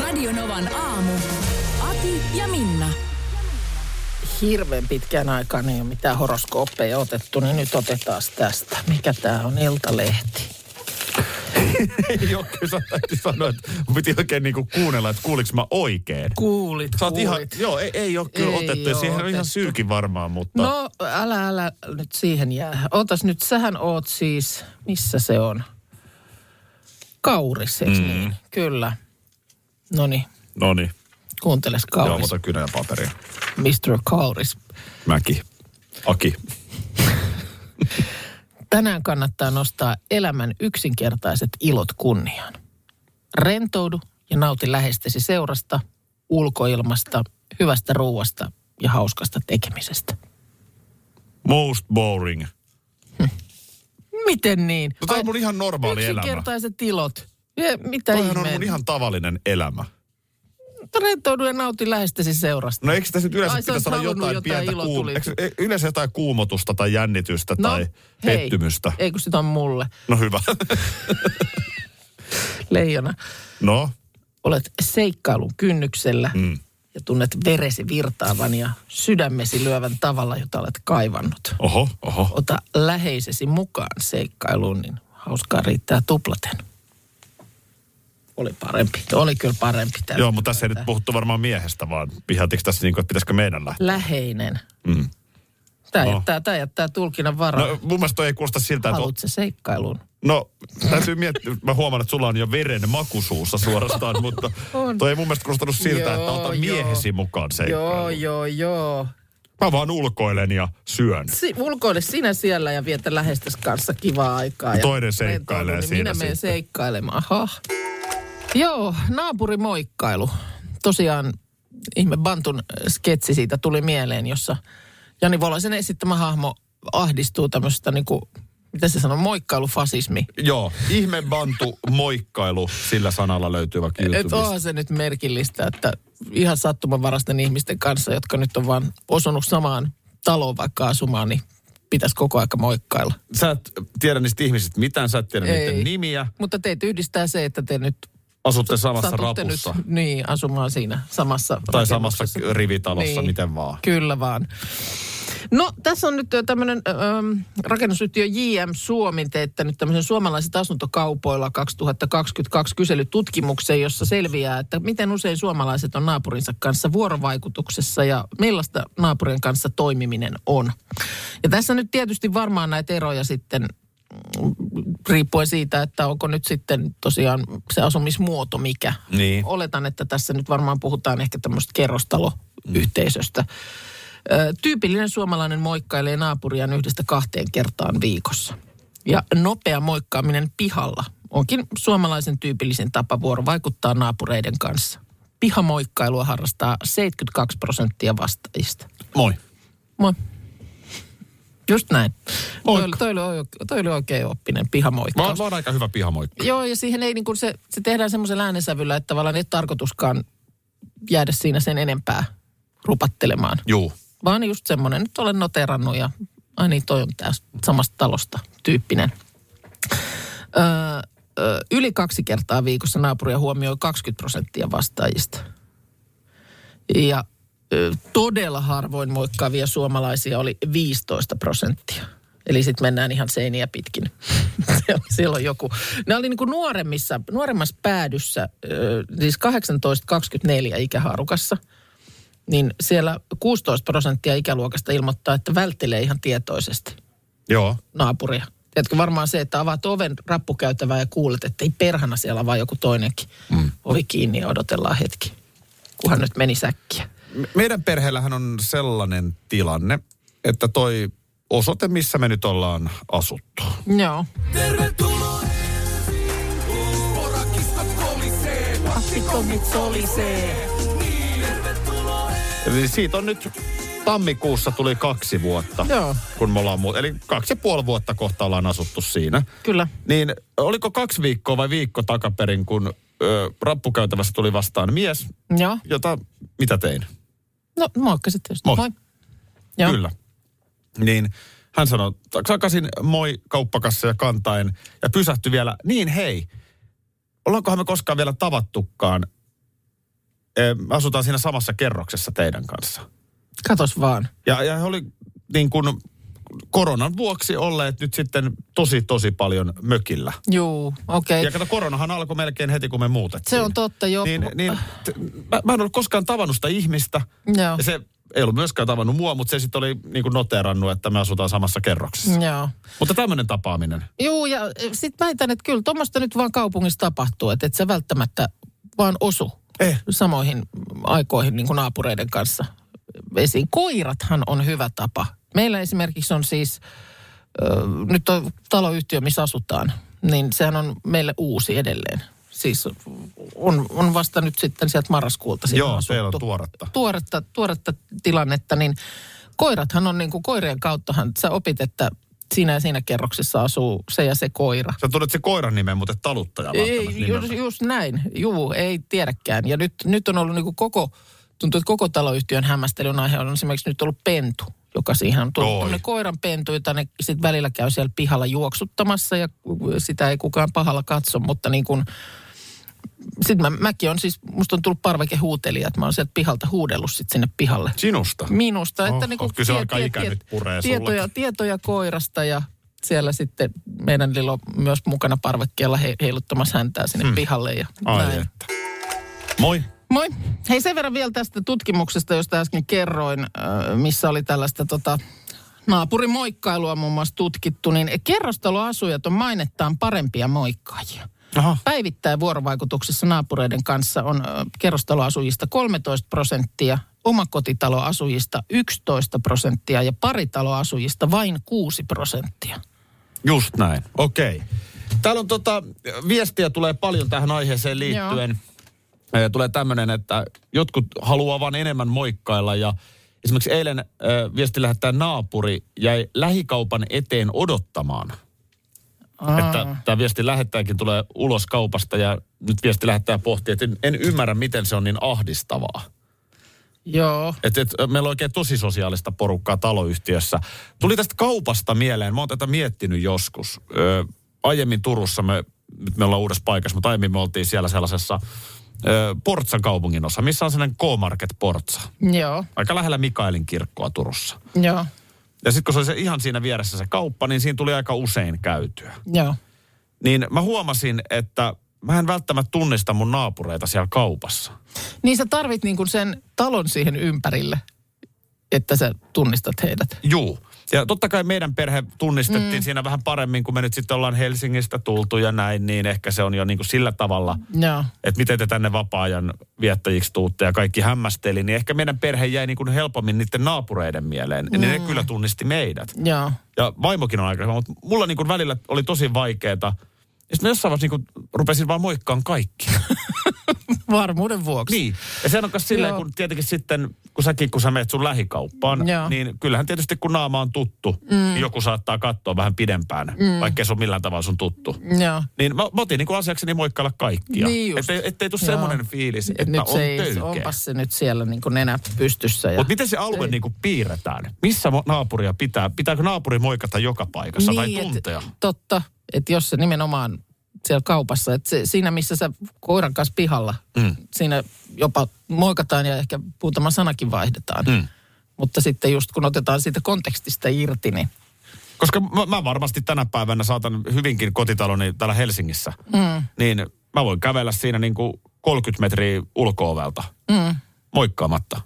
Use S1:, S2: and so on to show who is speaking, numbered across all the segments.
S1: Radionovan aamu. Ati ja Minna.
S2: Hirveän pitkään aikaan ei ole mitään horoskooppeja otettu, niin nyt otetaan tästä. Mikä tämä on? Iltalehti.
S3: Joo, kyllä sä täytyy sanoa, että mun piti oikein niinku kuunnella, että kuuliks mä oikein.
S2: Kuulit,
S3: Sä oot
S2: kuulit.
S3: ihan, joo, ei, ei ole kyllä
S2: Ei
S3: otettu. ja
S2: oo
S3: Siihen on ihan
S2: otettu.
S3: syykin varmaan, mutta...
S2: No älä, älä nyt siihen jää. Otas nyt, sähän oot siis, missä se on? Kauris, eikö mm. niin? Kyllä. Noniin,
S3: Noniin.
S2: kuunteles
S3: No niin. Joo,
S2: Kauris.
S3: mutta kynä ja paperia.
S2: Mr. Kauris.
S3: Mäki. Aki.
S2: Tänään kannattaa nostaa elämän yksinkertaiset ilot kunniaan. Rentoudu ja nauti läheistesi seurasta, ulkoilmasta, hyvästä ruuasta ja hauskasta tekemisestä.
S3: Most boring.
S2: Miten niin?
S3: No tää on mun
S2: Ai,
S3: ihan normaali elämä.
S2: Yksinkertaiset ilot. Ja mitä
S3: Toihan on mun
S2: ihmeen?
S3: ihan tavallinen elämä.
S2: Rentoudu ja nauti läheistesi seurasta.
S3: No eikö tässä nyt yleensä
S2: Ai, sä oot
S3: pitäisi olla
S2: halunnut
S3: jotain,
S2: jotain
S3: pientä kuum...
S2: ilotulitusta.
S3: Eikö, e- yleensä jotain kuumotusta tai jännitystä
S2: No,
S3: Mm, tai
S2: hei.
S3: pettymystä?
S2: Ei kun sitä on mulle.
S3: No hyvä.
S2: Leijona,
S3: No,
S2: olet seikkailun kynnyksellä
S3: Mm.
S2: ja tunnet veresi virtaavan ja sydämesi lyövän tavalla, jota olet kaivannut.
S3: oho, oho.
S2: Ota läheisesi mukaan seikkailuun, niin hauskaa riittää tuplaten. Oli parempi. Oli kyllä parempi tämä.
S3: Joo, mutta tässä ei nyt puhuttu varmaan miehestä, vaan vihatiinko tässä niin kuin, että pitäisikö meidän lähteä?
S2: Läheinen.
S3: Mm.
S2: Tämä,
S3: No.
S2: jättää, tämä jättää tulkinnan varaa.
S3: No mun mielestä toi ei kuulosta siltä, että...
S2: Haluatko sä seikkailuun?
S3: No täytyy miettiä, mä huomaan, että sulla on jo veren makusuussa suorastaan, mutta
S2: On.
S3: toi ei mun mielestä kuulostanut siltä,
S2: Joo,
S3: että ota
S2: joo.
S3: miehesi mukaan se.
S2: Joo, joo, joo.
S3: Mä vaan ulkoilen ja syön.
S2: Si- ulkoile sinä siellä ja vietä lähestäs kanssa kivaa aikaa. Ja
S3: Toinen seikkailee
S2: rentoudu, niin
S3: siinä
S2: Minä menen
S3: sitten.
S2: seikkailemaan. Aha. Joo, naapurimoikkailu. Tosiaan ihme Bantun sketsi siitä tuli mieleen, jossa Jani Volaisen esittämä hahmo ahdistuu tämmöistä niinku, mitä se sanoo, moikkailufasismi.
S3: Joo, ihme bantu moikkailu, sillä sanalla löytyy vaikka
S2: Et
S3: YouTubesta.
S2: onhan se nyt merkillistä, että ihan sattumanvarasten ihmisten kanssa, jotka nyt on vaan osunut samaan taloon vaikka asumaan, niin pitäisi koko aika moikkailla.
S3: Sä et tiedä niistä ihmisistä mitään, sä et tiedä
S2: Ei.
S3: niiden nimiä,
S2: Mutta teitä yhdistää se, että te nyt
S3: asutte samassa
S2: satutte nyt
S3: rapussa.
S2: niin, asumaan siinä samassa
S3: Tai
S2: rakennuksessa.
S3: samassa rivitalossa,
S2: Niin.
S3: miten vaan.
S2: Kyllä vaan. No tässä on nyt tämmöinen ähm, rakennusyhtiö JM Suomi teettänyt tämmöisen suomalaiset asuntokaupoilla 2022 kyselytutkimuksen, jossa selviää, että miten usein suomalaiset on naapurinsa kanssa vuorovaikutuksessa ja millaista naapurien kanssa toimiminen on. Ja tässä nyt tietysti varmaan näitä eroja sitten mm, riippuen siitä, että onko nyt sitten tosiaan se asumismuoto mikä.
S3: Niin.
S2: Oletan, että tässä nyt varmaan puhutaan ehkä tämmöistä kerrostaloyhteisöstä. Ö, Tyypillinen suomalainen moikkailee naapuriaan yhdestä kahteen kertaan viikossa. Ja nopea moikkaaminen pihalla onkin suomalaisen tyypillisin tapa vuorovaikuttaa naapureiden kanssa. Pihamoikkailua harrastaa 72 prosenttia vastaajista.
S3: Moi.
S2: Moi. Just näin. Toi
S3: Moikka.
S2: oli, toi, oli, oike- toi oli oikein oppinen pihamoikkaus.
S3: Mä, oon- mä oon aika hyvä pihamoikka.
S2: Joo, ja siihen ei niin kuin se, se tehdään semmoisen äänensävyllä, että tavallaan ei ole tarkoituskaan jäädä siinä sen enempää rupattelemaan.
S3: Juu.
S2: Vaan just semmoinen, nyt olen noterannut ja ai niin, toi on tästä samasta talosta tyyppinen. Öö, öö, yli kaksi kertaa viikossa naapuria huomioi 20 prosenttia vastaajista. Ja ö, todella harvoin moikkaavia suomalaisia oli 15 prosenttia. Eli sitten mennään ihan seiniä pitkin. Siellä on joku. Ne oli niinku nuoremmissa, nuoremmassa päädyssä, ö, siis 18-24 ikähaarukassa. Niin siellä 16 prosenttia ikäluokasta ilmoittaa, että välttelee ihan tietoisesti
S3: Joo.
S2: naapuria. Tiedätkö varmaan se, että avaat oven rappukäytävää ja kuulet, että ei perhana siellä on vaan joku toinenkin. Mm. Ovi kiinni ja odotellaan hetki, kunhan nyt meni säkkiä.
S3: Me- Meidän perheellähän on sellainen tilanne, että toi osoite, missä me nyt ollaan asuttu.
S2: Joo.
S1: Pikkongit solisee.
S3: Eli siitä on nyt tammikuussa tuli kaksi vuotta,
S2: Joo.
S3: kun me ollaan muut. Eli kaksi ja puoli vuotta kohta ollaan asuttu siinä.
S2: Kyllä.
S3: Niin oliko kaksi viikkoa vai viikko takaperin, kun ö, rappukäytävässä tuli vastaan mies,
S2: Joo.
S3: jota, mitä tein?
S2: No moikkasit tietysti.
S3: Moi.
S2: Joo.
S3: Kyllä. Niin hän sanoi tak- takaisin moi kauppakassa ja kantaen ja pysähtyi vielä, niin hei, ollaankohan me koskaan vielä tavattukaan? Ö, Me asutaan siinä samassa kerroksessa teidän kanssa.
S2: Katos vaan.
S3: Ja, ja he oli niin kuin koronan vuoksi olleet nyt sitten tosi, tosi paljon mökillä.
S2: Juu, okei.
S3: Ja kato, koronahan alkoi melkein heti, kun me muutettiin.
S2: Se on totta, joo.
S3: Niin, niin t- mä, mä en ollut koskaan tavannut sitä ihmistä.
S2: Joo.
S3: Ja se ei ollut myöskään tavannut mua, mutta se sitten oli niin kuin noteerannut, että me asutaan samassa kerroksessa.
S2: Joo.
S3: Mutta tämmöinen tapaaminen.
S2: Juu, ja sitten väitän, että kyllä tuommoista nyt vaan kaupungissa tapahtuu, että et sä välttämättä vaan osu
S3: Eh.
S2: samoihin aikoihin niin kuin naapureiden kanssa esiin. Koirathan on hyvä tapa. Meillä esimerkiksi on siis, ö, nyt on taloyhtiö, missä asutaan, niin sehän on meille uusi edelleen. Siis on, on vasta nyt sitten sieltä marraskuulta siinä
S3: Joo,
S2: asuttu.
S3: teillä on tuoretta.
S2: tuoretta, tuoretta tilannetta, niin koirathan on niin kuin koirien kauttahan, sä opit, että siinä ja siinä kerroksessa asuu se ja se koira.
S3: Sä tunnet se koiran nimen, mutta et taluttaja välttämättä
S2: Ei, just,
S3: nimeltä.
S2: just näin. Juu, ei tiedäkään. Ja nyt, nyt on ollut niin kuin koko, tuntuu, että koko taloyhtiön hämmästelyn aihe on esimerkiksi nyt ollut pentu, joka siihen on tullut.
S3: Oi.
S2: Tämmöinen koiran pentu, jota ne sitten välillä käy siellä pihalla juoksuttamassa ja sitä ei kukaan pahalla katso, mutta niin kuin, sitten mä, mäkin on siis, musta on tullut parvekehuutelija, että mä oon sieltä pihalta huudellut sitten sinne pihalle
S3: Sinusta.
S2: minusta.
S3: Oho,
S2: että niin kuin
S3: kyllä se aika ikä nyt puree
S2: tietoja,
S3: sullakin.
S2: tietoja koirasta ja siellä sitten meidän Lilo on myös mukana parvekkeella he, heiluttamassa häntää sinne hmm. pihalle ja
S3: Ai
S2: näin.
S3: että. Moi.
S2: Moi. Hei sen verran vielä tästä tutkimuksesta, josta äsken kerroin, äh, missä oli tällaista tota, naapurimoikkailua muun muassa tutkittu, niin kerrostaloasujat on mainettaan parempia moikkaajia.
S3: Aha.
S2: Päivittäin vuorovaikutuksessa naapureiden kanssa on ö, kerrostaloasujista 13 prosenttia, omakotitaloasujista 11 prosenttia ja paritaloasujista vain 6 prosenttia.
S3: Just näin. Okei. Okay. Täällä on tota, viestiä tulee paljon tähän aiheeseen liittyen. Joo. Tulee tämmöinen, että jotkut haluaa vaan enemmän moikkailla ja esimerkiksi eilen ö, viesti lähettää naapuri jäi lähikaupan eteen odottamaan.
S2: Aa.
S3: Että tämä viesti lähettäjäkin tulee ulos kaupasta ja nyt viesti lähettää pohtii, että en, en ymmärrä miten se on niin ahdistavaa.
S2: Joo.
S3: Et, et, meillä on oikein tosi sosiaalista porukkaa taloyhtiössä. Tuli tästä kaupasta mieleen, mä oon tätä miettinyt joskus. Ö, aiemmin Turussa, me, nyt me ollaan uudessa paikassa, mutta aiemmin me oltiin siellä sellaisessa ö, Portsan kaupungin osa, missä on sellainen K-Market Portsa.
S2: Joo.
S3: Aika lähellä Mikaelin kirkkoa Turussa.
S2: Joo.
S3: Ja sitten kun se oli se, ihan siinä vieressä se kauppa, niin siinä tuli aika usein käytyä.
S2: Joo.
S3: Niin mä huomasin, että mä en välttämättä tunnista mun naapureita siellä kaupassa.
S2: Niin sä tarvit niin kuin sen talon siihen ympärille, että sä tunnistat heidät.
S3: Juu. Ja totta kai meidän perhe tunnistettiin mm. siinä vähän paremmin, kun me nyt sitten ollaan Helsingistä tultu ja näin, niin ehkä se on jo niin kuin sillä tavalla,
S2: Joo.
S3: että miten te tänne vapaa-ajan viettäjiksi tuutte ja kaikki hämmästeli, niin ehkä meidän perhe jäi niin kuin helpommin niiden naapureiden mieleen. Mm. Niin ne kyllä tunnisti meidät.
S2: Joo.
S3: Ja vaimokin on aika hyvä, mutta mulla niin kuin välillä oli tosi vaikeeta. Ja sitten mä jossain vaiheessa niin kuin rupesin vaan moikkaan kaikki.
S2: Varmuuden vuoksi.
S3: Niin. Ja sehän on myös silleen,
S2: Joo.
S3: kun tietenkin sitten, kun säkin, kun sä menet sun lähikauppaan,
S2: Joo.
S3: niin kyllähän tietysti kun naama on tuttu, mm. joku saattaa katsoa vähän pidempään, mm. vaikkei se ole millään tavalla sun tuttu.
S2: Joo.
S3: Niin mä, mä otin niin kuin asiakseni moikkailla kaikkia.
S2: Niin just.
S3: ettei, ettei tule
S2: Joo.
S3: semmoinen fiilis, että
S2: Nyt
S3: on
S2: se ei,
S3: töykeä.
S2: onpas se nyt siellä niin kuin nenä pystyssä. Ja...
S3: Mutta miten se alue niin kuin piirretään? Missä mo- naapuria pitää? Pitääkö naapuri moikata joka paikassa tai tuntea?
S2: Niin, Et, totta, että jos se nimenomaan siellä kaupassa, että se, siinä missä sä koiran kanssa pihalla, mm. siinä jopa moikataan ja ehkä muutama sanakin vaihdetaan. Mm. Mutta sitten just kun otetaan siitä kontekstista irti, niin
S3: Koska mä, mä varmasti tänä päivänä saatan hyvinkin kotitaloni täällä Helsingissä. Mm. Niin mä voin kävellä siinä niin kuin 30 metriä ulkoovelta. Mm. Moikkaamatta.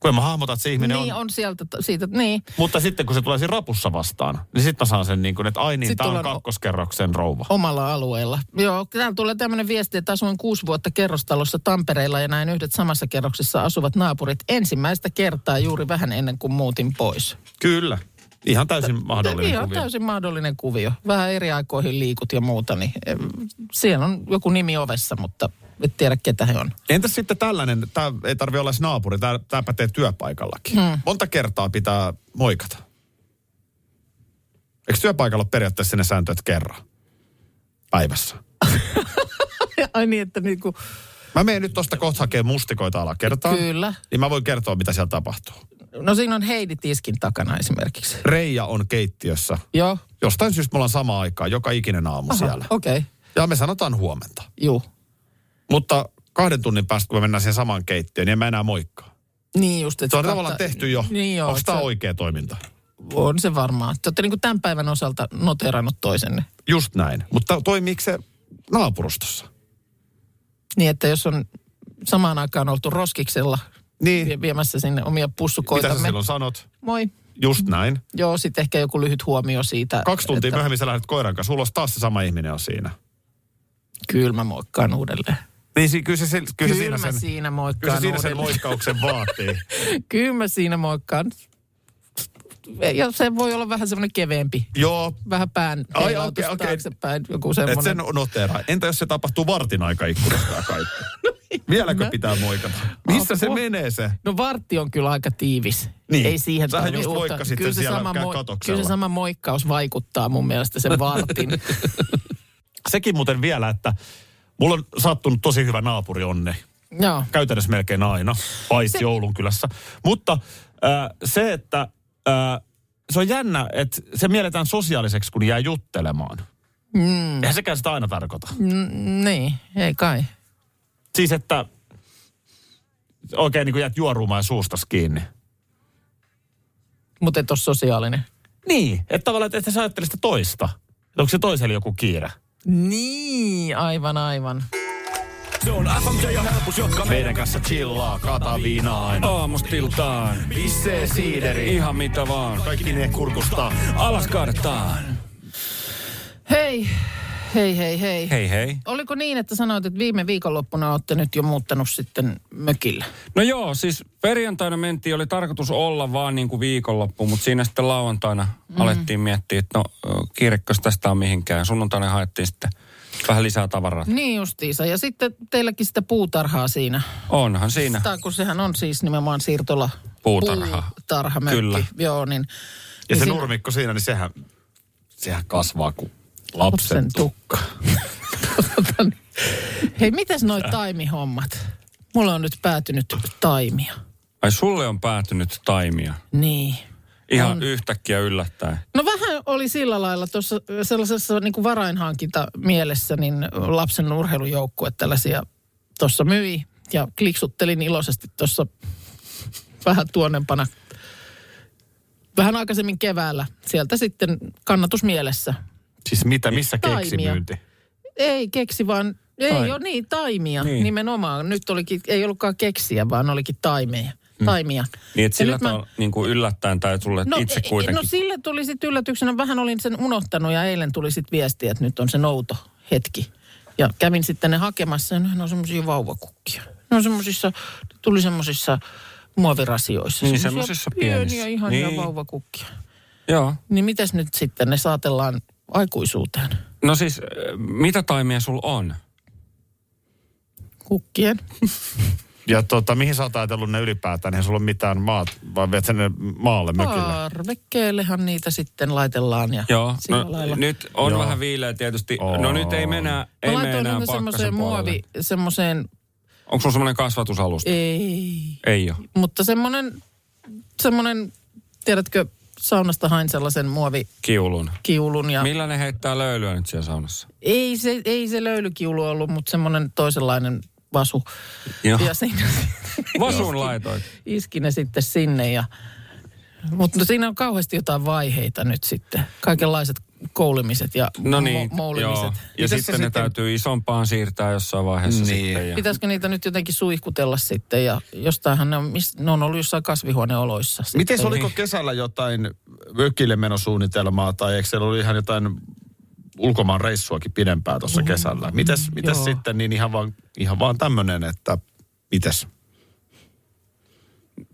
S3: Kun en mä hahmota, että se ihminen
S2: niin
S3: on.
S2: on sieltä, t- siitä, niin.
S3: Mutta sitten kun se tulee siinä rapussa vastaan, niin sitten mä saan sen niin kuin, että ai niin,
S2: Sit
S3: tää on
S2: tullaan-
S3: kakkoskerroksen rouva.
S2: Omalla alueella. Joo, täällä tulee tämmöinen viesti, että asuin kuusi vuotta kerrostalossa Tampereella ja näin yhdet samassa kerroksessa asuvat naapurit ensimmäistä kertaa juuri vähän ennen kuin muutin pois.
S3: Kyllä. Ihan täysin mahdollinen
S2: Ihan
S3: kuvio.
S2: Niin, täysin mahdollinen niin, kuvio. Vähän eri aikoihin liikut ja muuta, niin em, siellä on joku nimi ovessa, mutta et tiedä ketä he on.
S3: Entäs sitten tällainen, tämä ei tarvi olla edes naapuri, tämä, tämä pätee työpaikallakin. Hmm. Monta kertaa pitää moikata? Eikö työpaikalla ole periaatteessa ne sääntö, että kerran päivässä?
S2: Ai niin, että niinku,
S3: Mä menen nyt tosta kohta hakemaan mustikoita alakertaan.
S2: Kyllä.
S3: Niin mä voin kertoa, mitä siellä tapahtuu.
S2: no siinä on Heidi tiskin takana esimerkiksi.
S3: Reija on keittiössä.
S2: Joo.
S3: Jostain syystä me ollaan samaan aikaan, joka ikinen aamu Aha, siellä.
S2: Okei, okay.
S3: Ja me sanotaan huomenta.
S2: juu.
S3: Mutta kahden tunnin päästä, kun me mennään siihen samaan keittiöön, niin en mä enää moikkaa.
S2: Niin just, että
S3: Se on
S2: kautta-
S3: tavallaan tehty jo.
S2: Niin joo,
S3: Onko
S2: että
S3: tämä
S2: se-
S3: oikea toiminta?
S2: On se varmaan. Te olette niin tämän päivän osalta noterannut toisenne.
S3: Just näin. Mutta toimiiko se naapurustossa?
S2: Niin, että jos on samaan aikaan oltu roskiksella
S3: Niin.
S2: vie- viemässä sinne omia
S3: Mitä sä
S2: pussukoitamme.
S3: silloin sanot?
S2: Moi.
S3: Just näin.
S2: Joo, sitten ehkä joku lyhyt huomio siitä.
S3: Kaksi tuntia
S2: että
S3: myöhemmin sä lähdet koiran kanssa ulos, taas se sama ihminen on siinä.
S2: Kyllä mä moikkaan uudelleen.
S3: Niin si- kyllä se, se, kyllä
S2: Kyllä,
S3: se siinä
S2: mä
S3: sen,
S2: siinä
S3: kyllä se
S2: moikkaan
S3: siinä sen
S2: uudelleen.
S3: moikkauksen vaatii.
S2: Kyllä mä siinä moikkaan. Ja se voi olla vähän semmoinen keveempi.
S3: Joo,
S2: Vähän pään
S3: Ai,
S2: heilautus
S3: okei, okei.
S2: taaksepäin. Joku
S3: et
S2: semmoinen.
S3: sen noteraa. Entä jos se tapahtuu vartin aikaikkunasta ja kaikki? Vieläkö pitää moikata? Missä se
S2: Niin. Apua.
S3: menee se?
S2: No vartti on kyllä aika tiivis.
S3: Niin.
S2: Ei siihen
S3: Sähän
S2: tarvi
S3: just
S2: uutta.
S3: moikkasit
S2: Kyllä
S3: sen
S2: se
S3: siellä
S2: sama
S3: käy
S2: Kyllä
S3: katoksella.
S2: se sama moikkaus vaikuttaa mun mielestä sen vartin.
S3: Sekin muuten vielä, että mulla on sattunut tosi hyvä naapuri onne.
S2: Joo.
S3: Käytännössä melkein aina, paitsi Oulun kylässä. Mutta äh, se, että äh, se on jännä, että se mielletään sosiaaliseksi, kun jää juttelemaan. Mm. Eihän sekään sitä aina tarkoita.
S2: Mm, niin, ei kai.
S3: Siis, että oikein niin kuin jäät juorumaan ja suustas kiinni.
S2: Mutta et ole sosiaalinen.
S3: Niin. Että tavallaan, että et sä ajattele sitä toista. Että onko se toiselle joku kiire?
S2: Niin, aivan, aivan.
S1: Se on FMJ ja helpus, jotka me
S3: Meidän kanssa chillaa, kataviina aina.
S1: aamustiltaan.
S3: Pissee siideri.
S1: Ihan mitä vaan.
S3: Kaikki ne kurkusta.
S1: Alas kaadetaan.
S2: Hei, hei, hei, hei.
S1: Hei hei.
S2: Oliko niin, että sanoit, että viime viikonloppuna olette nyt jo muuttanut sitten mökille?
S1: No joo, siis perjantaina mentiin, oli tarkoitus olla vaan niin kuin viikonloppu, mutta siinä sitten lauantaina mm. alettiin miettiä, että no ö, kiirekkös tästä on mihinkään. Sunnuntaina haettiin sitten vähän lisää tavaraa.
S2: Niin justiinsa. Ja sitten teilläkin sitä puutarhaa siinä.
S1: Onhan siinä.
S2: Tai kun sehän on siis nimenomaan siirtola.
S1: Puutarha.
S2: Puutarhamökki.
S1: Kyllä.
S2: Joo, niin.
S3: Ja se
S2: siinä-
S3: nurmikko siinä, niin sehän, sehän kasvaa kuin
S2: Lapsen
S3: lapsen tukka.
S2: tukka. Tota niin. Hei, mitäs noi taimihommat? Mulla on nyt päätynyt taimia.
S1: Ai sulle on päätynyt taimia.
S2: Niin.
S1: Ihan on. yhtäkkiä yllättäen.
S2: No vähän oli sillä lailla tuossa sellaisessa niin kuin varainhankinta mielessä, niin lapsen urheilujoukkue tällaisia tuossa myi. Ja kliksuttelin iloisesti tuossa vähän tuonnempana, vähän aikaisemmin keväällä. Sieltä sitten kannatus mielessä.
S3: Siis mitä, missä
S2: Taimia.
S3: keksimyynti?
S2: Ei keksi, vaan ei
S1: Tai-
S2: ole niin taimia niin.
S1: Niin.
S2: nimenomaan. Nyt olikin, ei ollutkaan keksiä, vaan olikin taimeja. Taimia.
S1: Niin et
S2: Ja
S1: sillä
S2: nyt mä-
S1: tavalla niin kuin yllättäen tai sulle no, itse
S2: ei-
S1: kuitenkin.
S2: No sille tuli sitten yllätyksenä, vähän olin sen unohtanut ja eilen tuli sitten viesti, että nyt on se nouto hetki. Ja kävin sitten ne hakemassa ja ne on semmoisia vauvakukkia. Ne on semmoisissa, tuli semmoisissa muovirasioissa.
S1: Niin,
S2: Semmosia
S1: semmoisissa
S2: Pieniä
S1: pienissä.
S2: ihania niin.
S1: Niin.
S2: vauvakukkia.
S1: Joo.
S2: Niin mitäs nyt sitten ne saatellaan aikuisuuteen?
S1: No siis, ö, mitä taimia sulla on?
S2: Kukkien?
S3: Ja tota, mihin sä oot ajatellut ne ylipäätään? Eihän sulla ole mitään maat, vaan viet sen ne maalle
S1: No
S3: mökille.
S2: Parvekkeellehan niitä sitten laitellaan ja
S1: Joo,
S2: sillä
S1: no,
S2: lailla.
S1: nyt
S3: Joo.
S1: on Joo. vähän viileä tietysti.
S3: Oo.
S1: Oh. No nyt ei mennä,
S2: Mä
S1: ei mene
S2: laitoin
S1: enää
S2: sinne semmoiseen
S1: pakkasen
S2: muovi,
S1: muovi.
S2: semmoiseen,
S1: Onko sulla semmoinen kasvatusalusta? Ei,
S2: ei,
S1: ei ole.
S2: Mutta semmoinen, semmoinen, tiedätkö, saunasta hain sellaisen
S1: Kiulun.
S2: muovikiulun ja...
S1: Millä ne heittää löylyä nyt siellä saunassa?
S2: Ei se, ei se löylykiulu ollut, mutta semmoinen toisenlainen vasu.
S1: Joo.
S2: Ja siinä
S1: Vasuun laitoit.
S2: iski ne sitten sinne ja... Mutta siinä on kauheasti jotain vaiheita nyt sitten. Kaikenlaiset koulimiset ja
S1: No niin,
S2: mo- moulimiset.
S1: joo. Ja
S3: Mitäs sä
S1: sitten, sitten ne
S3: sitten-
S1: täytyy isompaan siirtää jossain vaiheessa
S3: Niin.
S1: niin. sitten. Ja...
S2: Pitäisikö niitä nyt jotenkin suihkutella sitten ja jostainhan ne on, mis- ne on ollut jossain kasvihuoneoloissa. sitten.
S3: Miten oliko kesällä jotain mökille menosuunnitelmaa tai eikö siellä ollut ihan jotain ulkomaan reissuakin pidempää tuossa kesällä? Mites, mites
S2: Mm. joo.
S3: sitten niin ihan vaan, ihan vaan tämmönen, että mites?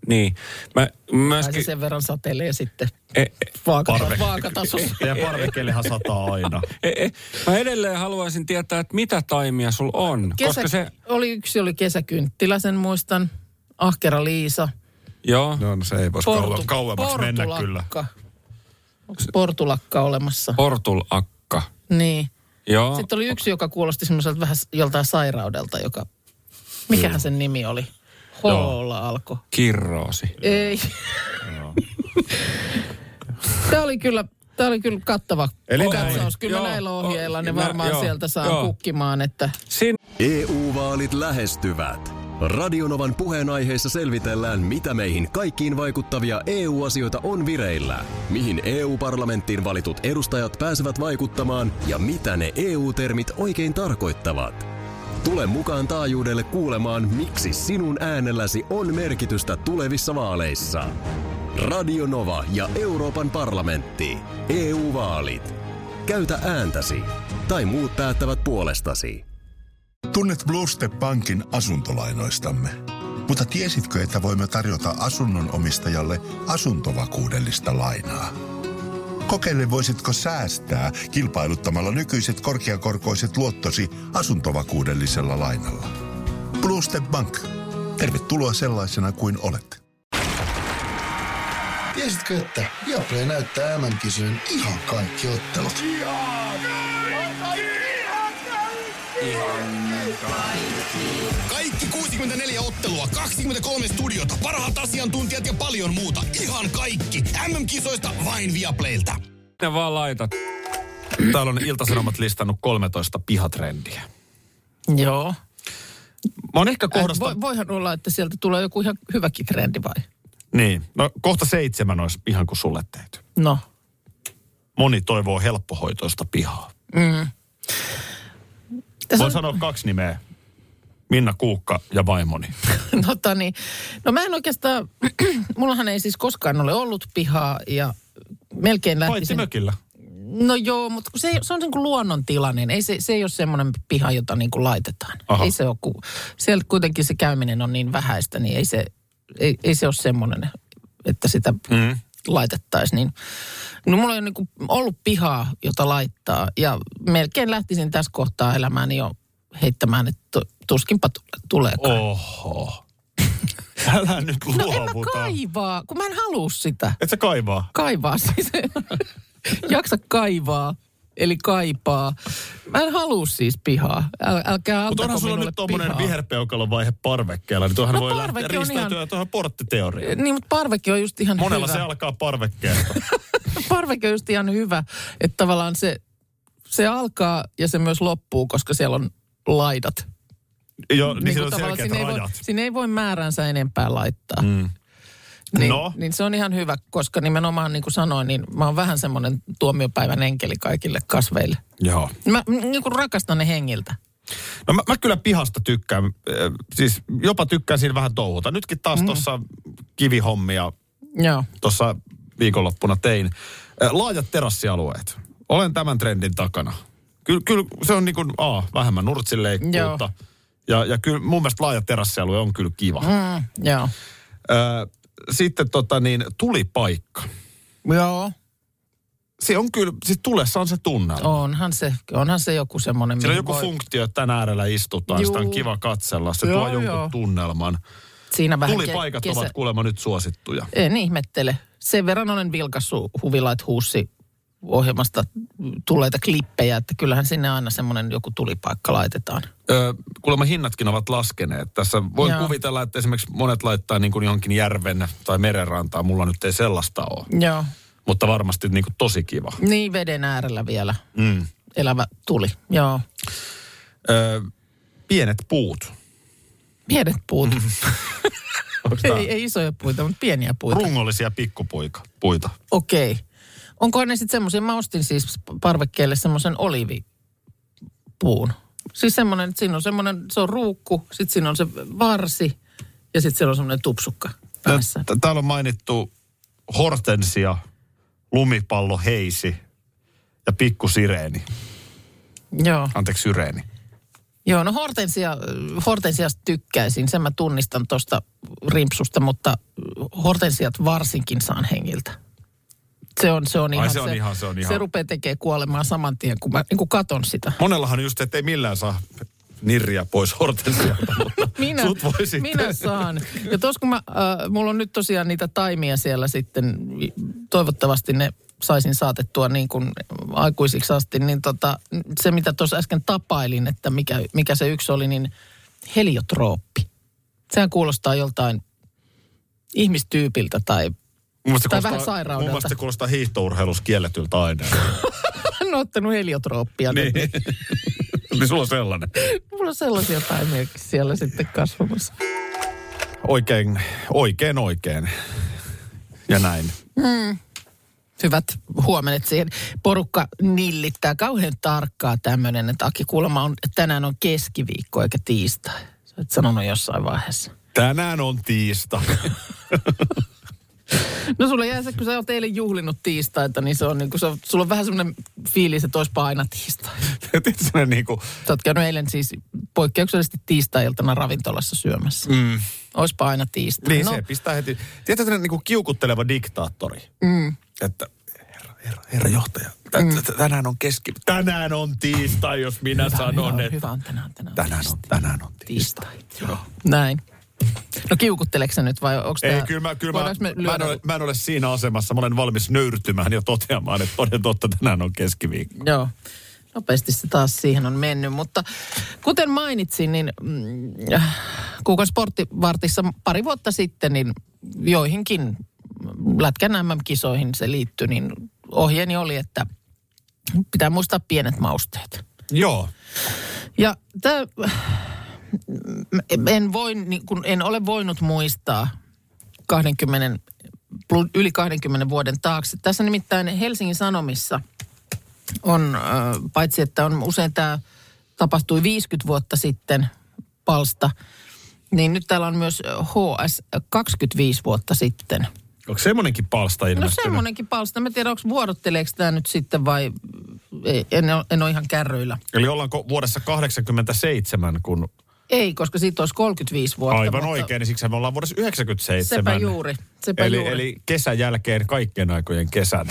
S1: Niin. Mä
S2: Tai se
S1: myöskin...
S2: sen verran satelee sitten.
S1: E- e-
S2: Vaakatasossa. Vaakatasossa.
S3: Ja parvekkeellehan sataa aina.
S1: e- e- Mä edelleen haluaisin tietää, että mitä taimia sul on.
S2: Kesä,
S1: Koska se,
S2: oli, yksi oli kesäkynttilä, sen muistan. Ahkera Liisa.
S1: joo,
S3: No, no se ei voisi
S2: Portu-
S3: kauan, kauemmaksi mennä kyllä.
S2: portulakka. Onko portulakka olemassa?
S1: portulakka.
S2: niin.
S1: Joo,
S2: Sitten oli yksi, joka kuulosti semmoiselta vähän s- joltain sairaudelta, joka... Mikähän sen nimi oli? Hoolla alko.
S1: kirroosi.
S2: Ei. Tämä oli kyllä, tämä oli kyllä kattava
S3: Eli
S2: Eli
S3: näin.
S2: katsaus. Kyllä
S1: Joo,
S2: näillä
S1: on.
S2: ohjeilla ne
S1: Nä-
S2: varmaan
S1: joo,
S2: sieltä saa
S1: joo.
S2: kukkimaan, että
S1: Sin-
S4: EU-vaalit E lähestyvät. Radionovan puheenaiheessa selvitellään, mitä meihin kaikkiin vaikuttavia EU-asioita on vireillä, mihin EU-parlamenttiin valitut edustajat pääsevät vaikuttamaan ja mitä ne EU-termit oikein tarkoittavat. Tule mukaan taajuudelle kuulemaan, miksi sinun äänelläsi on merkitystä tulevissa vaaleissa. Radio Nova ja Euroopan parlamentti. EU-vaalit. Käytä ääntäsi. Tai muut päättävät puolestasi.
S5: Tunnet Blue Step Pankin asuntolainoistamme. Mutta tiesitkö, että voimme tarjota asunnon omistajalle asuntovakuudellista lainaa? Kokeile, voisitko säästää kilpailuttamalla nykyiset korkeakorkoiset luottosi asuntovakuudellisella lainalla. Blue Step Bank. Tervetuloa sellaisena kuin olet.
S6: Tiesitkö, että Viaplay näyttää MM-kisojen ihan kaikki ottelut?
S7: Kaikki 64 ottelua, 23 studiota, parhaat asiantuntijat ja paljon muuta. Ihan kaikki. MM-kisoista vain Viaplaylta.
S1: ne vaan laitat.
S3: Täällä on Iltasanomat listannut 13 pihatrendiä.
S2: joo.
S3: Mä oon ehkä
S2: Kohdasta...
S3: kohdasta...
S2: Äh, Voi, voihan olla, että sieltä tulee joku ihan hyväkin trendi vai?
S3: Niin, no kohta seitsemän olisi ihan kuin sulle tehty.
S2: No.
S3: Moni toivoo helppohoitoista pihaa.
S2: Tässä
S3: Voin
S2: on,
S3: sanoa kaksi nimeä. Minna Kuukka ja vaimoni.
S2: no, tani, no mä en oikeastaan, mullahan ei siis koskaan ole ollut pihaa ja melkein
S3: Paitsi
S2: lähtisin.
S3: mökillä.
S2: No joo, mutta se, ei- se on niin kuin luonnontilainen. Ei se, se ei ole semmoinen piha, jota niin kuin laitetaan.
S3: Aha.
S2: Aha. Ei se ole, kun siellä kuitenkin se käyminen on niin vähäistä, niin ei se, ei, ei se ole semmoinen, että sitä mm. laitettaisiin. Niin. No mulla ei ole niin kuin ollut pihaa, jota laittaa. Ja melkein lähtisin tässä kohtaa elämääni jo heittämään, että tu- tuskinpa tu- tulee.
S3: Oho. Älä nyt
S2: no en mä
S3: luovuta.
S2: kaivaa, kun mä en halua sitä.
S3: Et sä kaivaa.
S2: kaivaa siis. Jaksa kaivaa, eli kaipaa. Mä en halua siis pihaa. Äl, älkää antako
S3: Mutta onhan sulla
S2: minulle
S3: nyt tommonen
S2: pihaa.
S3: viherpeukalon vaihe parvekkeella, niin tuohan
S2: No
S3: voi lähteä
S2: parveke on
S3: ristäytyä
S2: ihan-
S3: tuohon porttiteoriaan.
S2: Niin, mutta parveke on just ihan
S3: Monella se
S2: hyvä.
S3: alkaa parvekkeelta.
S2: Parveke on just ihan hyvä, että tavallaan se, se alkaa ja se myös loppuu, koska siellä on laidat.
S3: Joo, niin, niin
S2: kuin
S3: siinä on
S2: tavallaan
S3: selkeät
S2: sinne ei, voi,
S3: rajat.
S2: sinne ei voi määränsä enempää laittaa. Mm. Niin,
S3: No.
S2: niin se on ihan hyvä, koska nimenomaan niin kuin sanoin, niin mä oon vähän semmoinen tuomiopäivän enkeli kaikille kasveille.
S3: Joo.
S2: Mä mm, niin kuin rakastan ne hengiltä.
S3: No mä, mä kyllä pihasta tykkään, eh, siis jopa tykkään siinä vähän touhuta. Nytkin taas mm. tuossa kivihommia
S2: Joo.
S3: tuossa viikonloppuna tein. Eh, Laajat terassialueet. Olen tämän trendin takana. Kyllä, kyllä se on niin kuin, A, vähemmän nurtsileikkuutta. Ja, ja kyllä mun mielestä laaja terassialue on kyllä kiva. Mm.
S2: Mm, joo.
S3: Sitten tota niin, tulipaikka.
S2: Joo.
S3: Se on kyllä, siis tulessa on se tunnelma.
S2: Onhan se, onhan se joku semmoinen.
S3: Siellä on
S2: mihin
S3: joku
S2: voi-
S3: funktio, että tämän äärellä istutaan, sitä on
S2: Juu.
S3: kiva katsella, se
S2: Joo,
S3: tuo jonkun
S2: joo.
S3: tunnelman.
S2: Siinä vähän
S3: Tulipaikat
S2: ke- kesä-
S3: ovat kuulemma nyt suosittuja.
S2: En ihmettele. Sen verran olen vilkassut Huvilait huussi ohjelmasta tulleita klippejä, että kyllähän sinne aina semmoinen joku tulipaikka laitetaan.
S3: Öö, kuulemma hinnatkin ovat laskeneet. Tässä voin
S2: Joo.
S3: kuvitella, että esimerkiksi monet laittaa niin kuin johonkin järven tai merenrantaan. Mulla nyt ei sellaista ole,
S2: Joo.
S3: mutta varmasti niin kuin tosi kiva.
S2: Niin, veden äärellä vielä.
S3: Mm.
S2: Elävä tuli. Joo.
S3: Öö, pienet puut.
S2: Pienet puut.
S3: Mm. tää-
S2: ei, ei isoja puita, mutta pieniä puita.
S3: Rungollisia pikkupuika. Puita.
S2: Okei. Okay. Onkohan ne sitten semmoisia, mä ostin siis parvekkeelle semmoisen olivipuun. Siis semmoinen, että siinä on semmoinen, se on ruukku, sitten siinä on se varsi ja sitten siellä on semmoinen tupsukka kanssa.
S3: Tä- Täällä on mainittu hortensia, lumipallo, heisi ja pikkusireeni.
S2: Joo.
S3: Anteeksi, syreeni.
S2: Joo, no hortensia, hortensiasta tykkäisin, sen mä tunnistan tuosta rimpsusta, mutta hortensiat varsinkin saan hengiltä. Se on, se on
S3: Ai
S2: ihan
S3: se on ihan, se on ihan.
S2: Se rupeaa tekemään kuolemaa saman tien, kun mä niin kuin katon sitä.
S3: Monellahan just, ettei millään saa nirriä pois hortensialta, mutta
S2: Minä,
S3: sut voi sitten.
S2: minä saan. Ja tos kun mä, äh, mulla on nyt tosiaan niitä taimia siellä sitten, toivottavasti ne saisin saatettua niin kuin aikuisiksi asti, niin tota, se mitä tuossa äsken tapailin, että mikä, mikä se yksi oli, niin heliotrooppi. Sehän kuulostaa joltain ihmistyypiltä tai,
S3: Mun mielestä
S2: tai
S3: kuulostaa-
S2: vähän
S3: Mun
S2: sairaudelta.
S3: mielestä se kuulostaa hiihtourheilussa kielletyltä aineelta.
S2: Mä en ottanut heliotrouppia. Niin.
S3: niin. niin sulla on sellainen.
S2: Mulla on sellaisia taimiakin siellä sitten kasvamassa.
S3: Oikein, oikein, oikein. Ja näin.
S2: Hyvät huomenet siihen. Porukka nillittää kauhean tarkkaa tämmöinen, että Aki kuulemma on, että tänään on keskiviikko eikä tiistai. Sä et sanonut jossain vaiheessa.
S3: Tänään on tiistai.
S2: No sulla jää se, kun sä oot eilen juhlinut tiistaita, niin se on niin kuin, se on, sulla on vähän semmoinen fiilis, että oispa aina tiistai.
S3: Tiedätkö semmoinen niinku,
S2: Sä oot käynyt eilen siis poikkeuksellisesti tiistai-iltana ravintolassa syömässä. Mm. Oispa aina tiistai.
S3: niin
S2: no,
S3: no. se pistää heti. Tiedätkö semmoinen niinku kiukutteleva diktaattori? Mm. Että herra, herra, herra johtaja, tä, tä, tänään on keski... Tänään on tiistai, jos minä
S2: Mm. hyvä,
S3: sanon,
S2: hyvä, on,
S3: että...
S2: Hyvä on tänään, tänään.
S3: Tänään on, tänään on tiistai.
S2: tiistai. Näin. No kiukutteleksä nyt vai onko
S3: Ei,
S2: tämä...
S3: kyllä mä, kyllä mä,
S2: Voidaanko me
S3: mä, en
S2: lyödä-
S3: ole, mä en ole siinä asemassa. Mä olen valmis nöyrtymään ja toteamaan, että toden totta tänään on keskiviikko.
S2: Joo. Nopeasti se taas siihen on mennyt, mutta kuten mainitsin, niin mm, Kuukan sporttivartissa pari vuotta sitten, niin joihinkin Lätkän MM-kisoihin se liittyi, niin ohjeeni oli, että pitää muistaa pienet mausteet.
S3: Joo.
S2: Ja tämä, en, voi, niin kun en ole voinut muistaa 20, plu- yli 20 vuoden taakse. Tässä nimittäin Helsingin Sanomissa on, äh, paitsi että on usein tämä tapahtui 50 vuotta sitten palsta, niin nyt täällä on myös HS 25 vuotta sitten.
S3: Onko semmoinenkin palsta
S2: No
S3: ilmestynyt?
S2: semmoinenkin palsta. Mä tiedän, onko vuorotteleeko tämä nyt sitten vai ei, en, ole- en ole ihan kärryillä.
S3: Eli ollaanko vuodessa 87, kun
S2: Ei, koska siitä olisi 35 vuotta.
S3: aivan
S2: mutta-
S3: oikein, niin siksi me ollaan vuodessa
S2: Sepä
S3: 97.
S2: juuri, sepä
S3: eli,
S2: juuri. No,
S3: eli kesän jälkeen kaikkien aikojen kesän.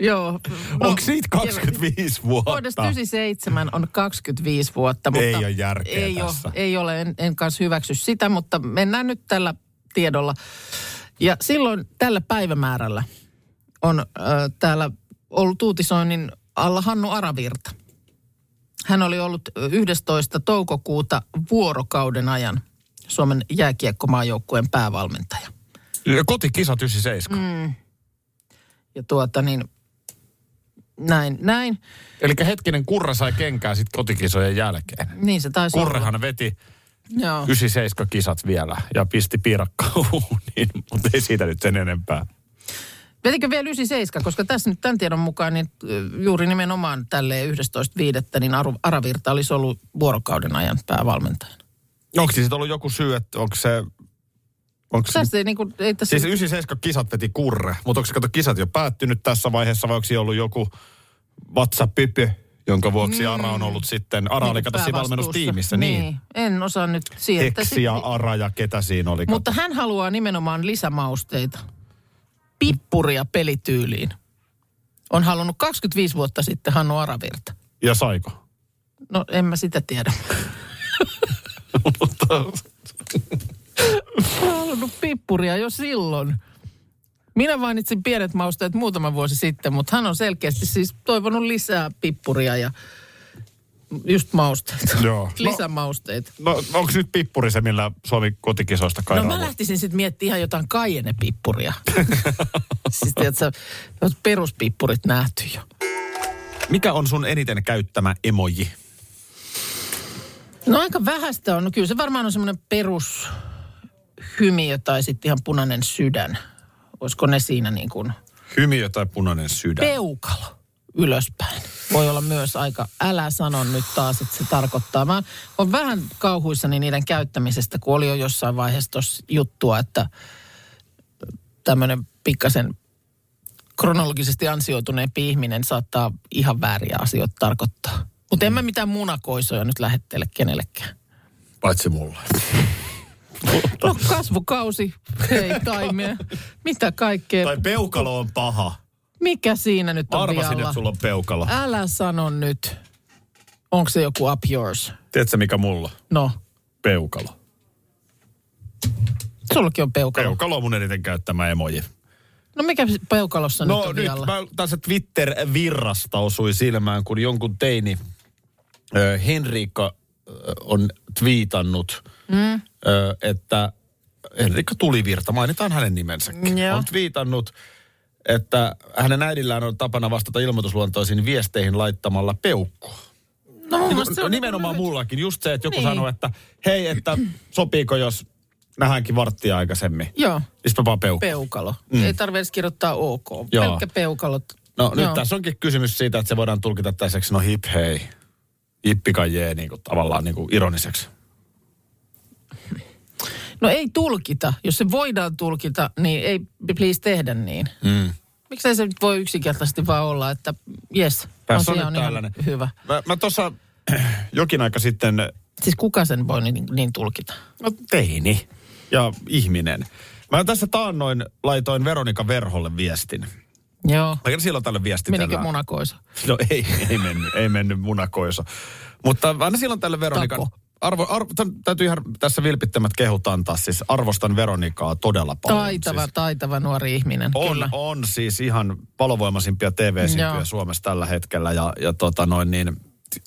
S2: Joo.
S3: No, Onko siitä 25 vuotta?
S2: Vuodesta 97 on 25 vuotta. Mutta
S3: Ei ole järkeä
S2: ei
S3: tässä.
S2: Ole, ei ole, en, en kanssa hyväksy sitä, mutta mennään nyt tällä tiedolla. Ja silloin tällä päivämäärällä on äh, täällä ollut uutisoinnin alla Hannu Aravirta. Hän oli ollut ö, 11. toukokuuta vuorokauden ajan Suomen jääkiekkomaajoukkueen päävalmentaja.
S3: Kotikisat 97. Mm.
S2: Ja tuota niin, näin, näin.
S3: Eli hetkinen Kurra sai kenkää sitten kotikisojen jälkeen.
S2: Niin se taisi olla.
S3: Kurrahan veti
S2: Joo.
S3: 97 Ah. kisat vielä ja pisti piirakkaa uuniin, mutta ei siitä nyt sen enempää.
S2: Vetikö vielä 97, koska tässä nyt tämän tiedon mukaan, niin ö, juuri nimenomaan tälleen 11.5. niin Aru, Aravirta olisi ollut vuorokauden ajan päävalmentajana.
S3: Onko siis ollut joku syy, että onko se... Onko se
S2: Tässä ei, niin kuin, ei tässä...
S3: Siis
S2: Siis...
S3: 97 kisat veti kurre, mutta onko se kato kisat jo päättynyt tässä vaiheessa vai onko siellä ollut joku vatsapypy, jonka vuoksi mm. Ara on ollut sitten, Ara
S2: niin
S3: oli kato siinä valmennustiimissä, niin. niin.
S2: En osaa nyt siihen.
S3: Teksi ja Ara ja ketä siinä oli.
S2: Mutta hän haluaa nimenomaan lisämausteita. Pippuria pelityyliin. On halunnut 25 vuotta sitten Hannu Aravirta.
S3: kato. Ja saiko?
S2: No en mä sitä tiedä. Mä oon halunnut pippuria jo silloin. Minä mainitsin pienet mausteet muutama vuosi sitten, mutta hän on selkeästi siis toivonut lisää pippuria ja just mausteita.
S3: Joo.
S2: Lisämausteita.
S3: No onko nyt pippuri se, millä Suomi kotikisoista
S2: No
S3: kairaan?
S2: mä lähtisin sitten miettimään ihan jotain kaienepippuria. siis tiedätkö, oot peruspippurit nähty jo.
S3: Mikä on sun eniten käyttämä emoji?
S2: No aika vähäistä on. No kyllä se varmaan on semmoinen perus hymiö tai sitten ihan punainen sydän. Olisiko ne siinä niin kuin
S3: Hymiö tai punainen sydän?
S2: peukalo ylöspäin. Voi olla myös aika, älä sano nyt taas, että se tarkoittaa. Mä oon vähän kauhuissani niiden käyttämisestä, kun oli jo jossain vaiheessa tuossa juttua, että tämmöinen pikkasen kronologisesti ansioituneempi ihminen saattaa ihan vääriä asioita tarkoittaa. Mutta en mä mitään munakoisoja nyt lähettele kenellekään.
S3: Paitsi mulle.
S2: No kasvukausi, hei taimia, mitä kaikkea.
S3: Tai peukalo on paha.
S2: Mikä siinä nyt on
S3: Arvasin,
S2: vialla?
S3: että sulla on peukalo.
S2: Älä sano nyt, onko se joku up yours?
S3: Tiedätkö mikä mulla?
S2: No,
S3: Peukalo.
S2: sullakin on peukalo.
S3: Peukalo on mun eniten käyttämä emoji.
S2: No mikä peukalossa
S3: No
S2: nyt on
S3: nyt
S2: vialla?
S3: mä, tässä Twitter-virrasta osui silmään, kun jonkun teini ö, Henriikka ö, on twiitannut, mm. ö, että Henriikka Tulivirta, mainitaan hänen nimensäkin,
S2: Mm, Joo.
S3: on twiitannut, että hänen äidillään on tapana vastata ilmoitusluontoisiin viesteihin laittamalla peukkua.
S2: No mun mielestä se
S3: No,
S2: on
S3: nimenomaan
S2: niinku
S3: mullakin, just se, että joku
S2: Niin.
S3: niin. sanoo, että hei, että sopiiko, jos nähdäänkin varttia aikaisemmin.
S2: lyhyt. Joo,
S3: Niin sitten vaan peukku.
S2: peukalo. Mm. Ei tarvitse edes kirjoittaa OK.
S3: Joo.
S2: Pelkkä peukalo.
S3: No nyt
S2: Joo.
S3: tässä onkin kysymys siitä, että se voidaan tulkita tällaiseksi no hip hei, jippikajee niin kuin, tavallaan niin kuin ironiseksi.
S2: No ei tulkita. Jos se voidaan tulkita, niin ei please tehdä niin.
S3: Mm.
S2: Miksei se nyt voi yksinkertaisesti vaan olla, että jes,
S3: Tässä on
S2: asia on,
S3: nyt
S2: ihan
S3: tällainen.
S2: hyvä.
S3: Mä, mä tuossa jokin aika sitten,
S2: Siis kuka sen voi niin, niin tulkita?
S3: no teini ja ihminen. Mä tässä taannoin laitoin Veronika Verholle viestin. Mä
S2: Joo.
S3: kävin silloin tälle viestitellään.
S2: Menikö munakoisa?
S3: No ei, ei mennyt, ei mennyt munakoissa. Mutta aina silloin tälle Veronikan...
S2: Tako.
S3: Arvo, arvo, tämän täytyy ihan tässä vilpittämät kehut antaa siis. Arvostan Veronikaa todella paljon.
S2: Taitava,
S3: siis.
S2: taitava nuori ihminen.
S3: On,
S2: kyllä.
S3: on siis ihan palovoimaisimpia TV-simpiä
S2: Joo.
S3: Suomessa tällä hetkellä ja, ja tota noin niin,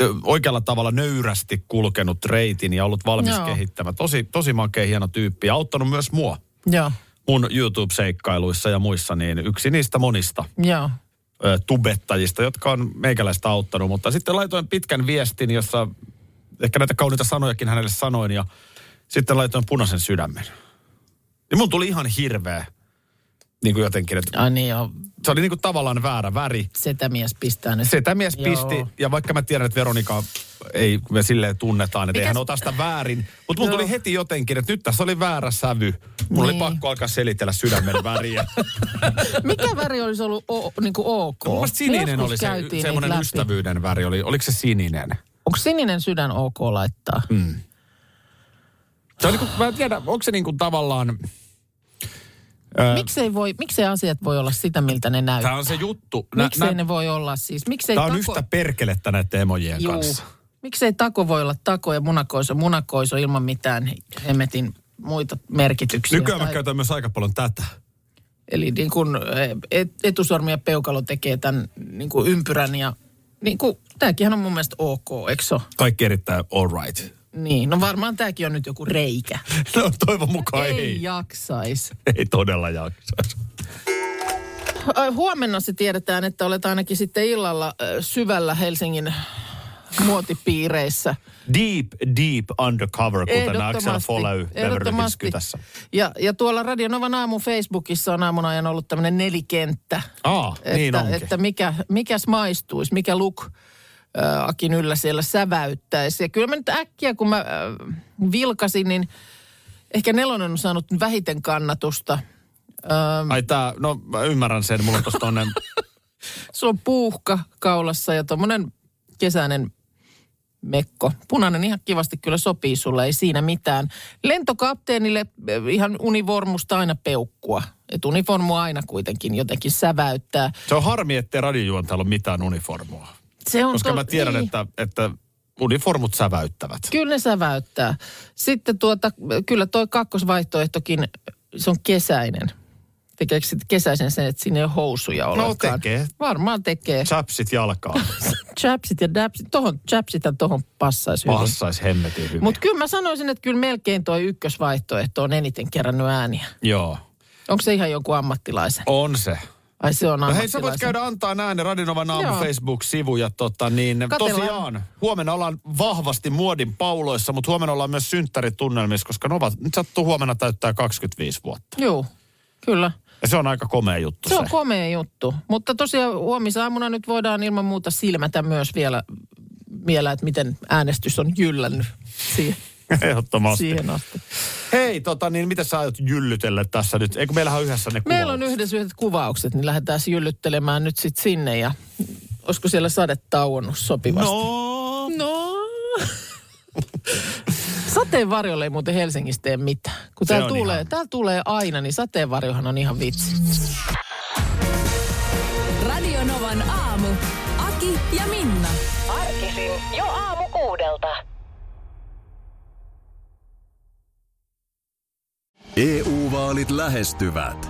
S3: ö, oikealla tavalla nöyrästi kulkenut reitin ja ollut valmis
S2: Joo.
S3: Joo. kehittämä. Tosi, tosi makea, hieno tyyppi ja auttanut myös mua
S2: Joo,
S3: mun YouTube-seikkailuissa ja muissa, niin yksi niistä monista
S2: joo.
S3: ö, tubettajista, jotka on meikäläistä auttanut. Mutta sitten laitoin pitkän viestin, jossa ehkä näitä kauniita sanojakin hänelle sanoin ja sitten laitoin punaisen sydämen. Ja mun tuli ihan hirveä, niin kuin jotenkin, että
S2: Ai niin joo,
S3: se oli niinku tavallaan väärä väri.
S2: setämies pistää nyt.
S3: Sitä mies
S2: Joo.
S3: pisti, ja vaikka mä tiedän, että Veronika ei, me silleen tunnetaan, että
S2: Mikäs-
S3: eihän ota sitä väärin. Mutta mun
S2: Joo.
S3: tuli heti jotenkin, että nyt tässä oli väärä sävy. Mulla niin.
S2: Niin.
S3: oli pakko alkaa selitellä sydämen väriä.
S2: Mikä väri olisi ollut o, niin kuin ok?
S3: No, Mun mielestä sininen
S2: Joskus
S3: oli se,
S2: käytiin niitä
S3: semmoinen
S2: läpi.
S3: ystävyyden väri. Oli, oliko se sininen?
S2: Onko sininen sydän ok laittaa? Mm.
S3: Se on niinku, mä en tiedä, onko se niinku tavallaan...
S2: Miksei, voi, miksei asiat voi olla sitä, miltä ne näyttää?
S3: Tämä on se juttu.
S2: miksei ne voi olla siis? Miksei
S3: Tämä on
S2: tako...
S3: yhtä perkelettä näiden emojien
S2: Juu.
S3: kanssa.
S2: Miksei tako voi olla tako ja munakoiso munakoiso ilman mitään hemetin muita merkityksiä?
S3: Nykyään mä
S2: Tai-
S3: käytän myös aika paljon tätä.
S2: Eli niin kuin et, etusormi ja peukalo tekee tämän niin kuin ympyrän ja niin kuin, tämäkin on mun mielestä ok, eikö se ole?
S3: Kaikki erittäin all right.
S2: Niin, no varmaan tämäkin on nyt joku reikä.
S3: No toivon mukaan ei.
S2: Ei jaksaisi.
S3: Ei todella jaksaisi.
S2: Ai, Huomenna se tiedetään, että olet ainakin sitten illalla ö, syvällä Helsingin muotipiireissä.
S3: Deep, deep undercover, kuten Axel Foley Beverly Hills
S2: Ehdottomasti.
S3: kytässä.
S2: Ja, ja tuolla Radionovan aamu Facebookissa on aamun ajan ollut tämmöinen nelikenttä.
S3: Aa,
S2: että,
S3: niin onkin.
S2: että mikä, mikäs maistuisi, mikä look äh, Akin yllä siellä säväyttäisi. Ja kyllä mä nyt äkkiä, kun mä äh, vilkasin, niin ehkä nelonen on saanut vähiten kannatusta.
S3: Ai tää, no mä ymmärrän sen, mulla on tossa tonne,
S2: Se on puuhka kaulassa ja tommonen kesäinen mekko. Punainen ihan kivasti kyllä sopii sulle, ei siinä mitään. Lentokapteenille eh, ihan univormusta aina peukkua. Et uniformu aina kuitenkin jotenkin säväyttää.
S3: se on harmi, ettei radiojuontajalla ole mitään uniformua.
S2: Se on
S3: Koska
S2: tol-
S3: mä tiedän,
S2: niin.
S3: että, että uniformut säväyttävät.
S2: Kyllä ne säväyttää. Sitten tuota, kyllä toi kakkosvaihtoehtokin, se on kesäinen. Tekeekö sitten kesäisen sen, että siinä ei ole housuja ollenkaan?
S3: No, tekee.
S2: Varmaan tekee.
S3: Chapsit jalkaan.
S2: Chapsit ja dapsit, tohon chapsit ja tohon passaisi hyvin.
S3: Passais hemmetin hyvin.
S2: Mutta kyllä mä sanoisin, että kyllä melkein toi ykkösvaihtoehto on eniten kerännyt ääniä.
S3: Joo.
S2: Onko se ihan joku ammattilaisen?
S3: On se.
S2: Ai se on
S3: No
S2: ammattilaisen.
S3: hei, sä voit käydä antaa näin Radinovan aamu
S2: Joo.
S3: Facebook-sivu ja tota niin,
S2: Katellaan.
S3: tosiaan, huomenna ollaan vahvasti muodin pauloissa, mutta huomenna ollaan myös synttäritunnelmissa, koska ne ovat, nyt sattuu huomenna täyttää 25 vuotta.
S2: Joo, kyllä.
S3: Ja se on aika komea juttu se.
S2: Se on komea juttu. Mutta tosiaan huomisaamuna nyt voidaan ilman muuta silmätä myös vielä, vielä että miten äänestys on jyllännyt siihen,
S3: Ehdottomasti.
S2: siihen asti.
S3: Hei, tota niin, mitä sä aiot jyllytellä tässä nyt? Eikö meillähän on yhdessä ne
S2: Meillä on
S3: kuvaukset?
S2: yhdessä yhdet kuvaukset, niin lähdetään jyllyttelemään nyt sitten sinne ja olisiko siellä sade tauonnut sopivasti?
S3: No,
S2: No. Sat, Sateenvarjolle ei muuten Helsingissä tee mitään. Kun täällä
S8: on
S2: tulee, täällä tulee aina, niin sateenvarjohan on ihan vitsi.
S9: Radio Novan aamu. Aki ja Minna.
S10: Arkisin jo aamu kuudelta.
S4: EU-vaalit E lähestyvät.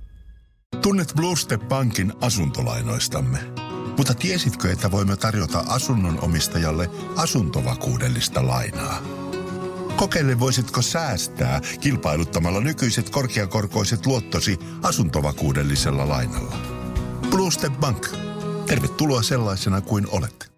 S5: Tunnet Blueste Bankin asuntolainoistamme. Mutta tiesitkö, että voimme tarjota asunnon omistajalle asuntovakuudellista lainaa? Kokeile, voisitko säästää kilpailuttamalla nykyiset korkeakorkoiset luottosi asuntovakuudellisella lainalla. Blueste Bank. Tervetuloa sellaisena kuin olet.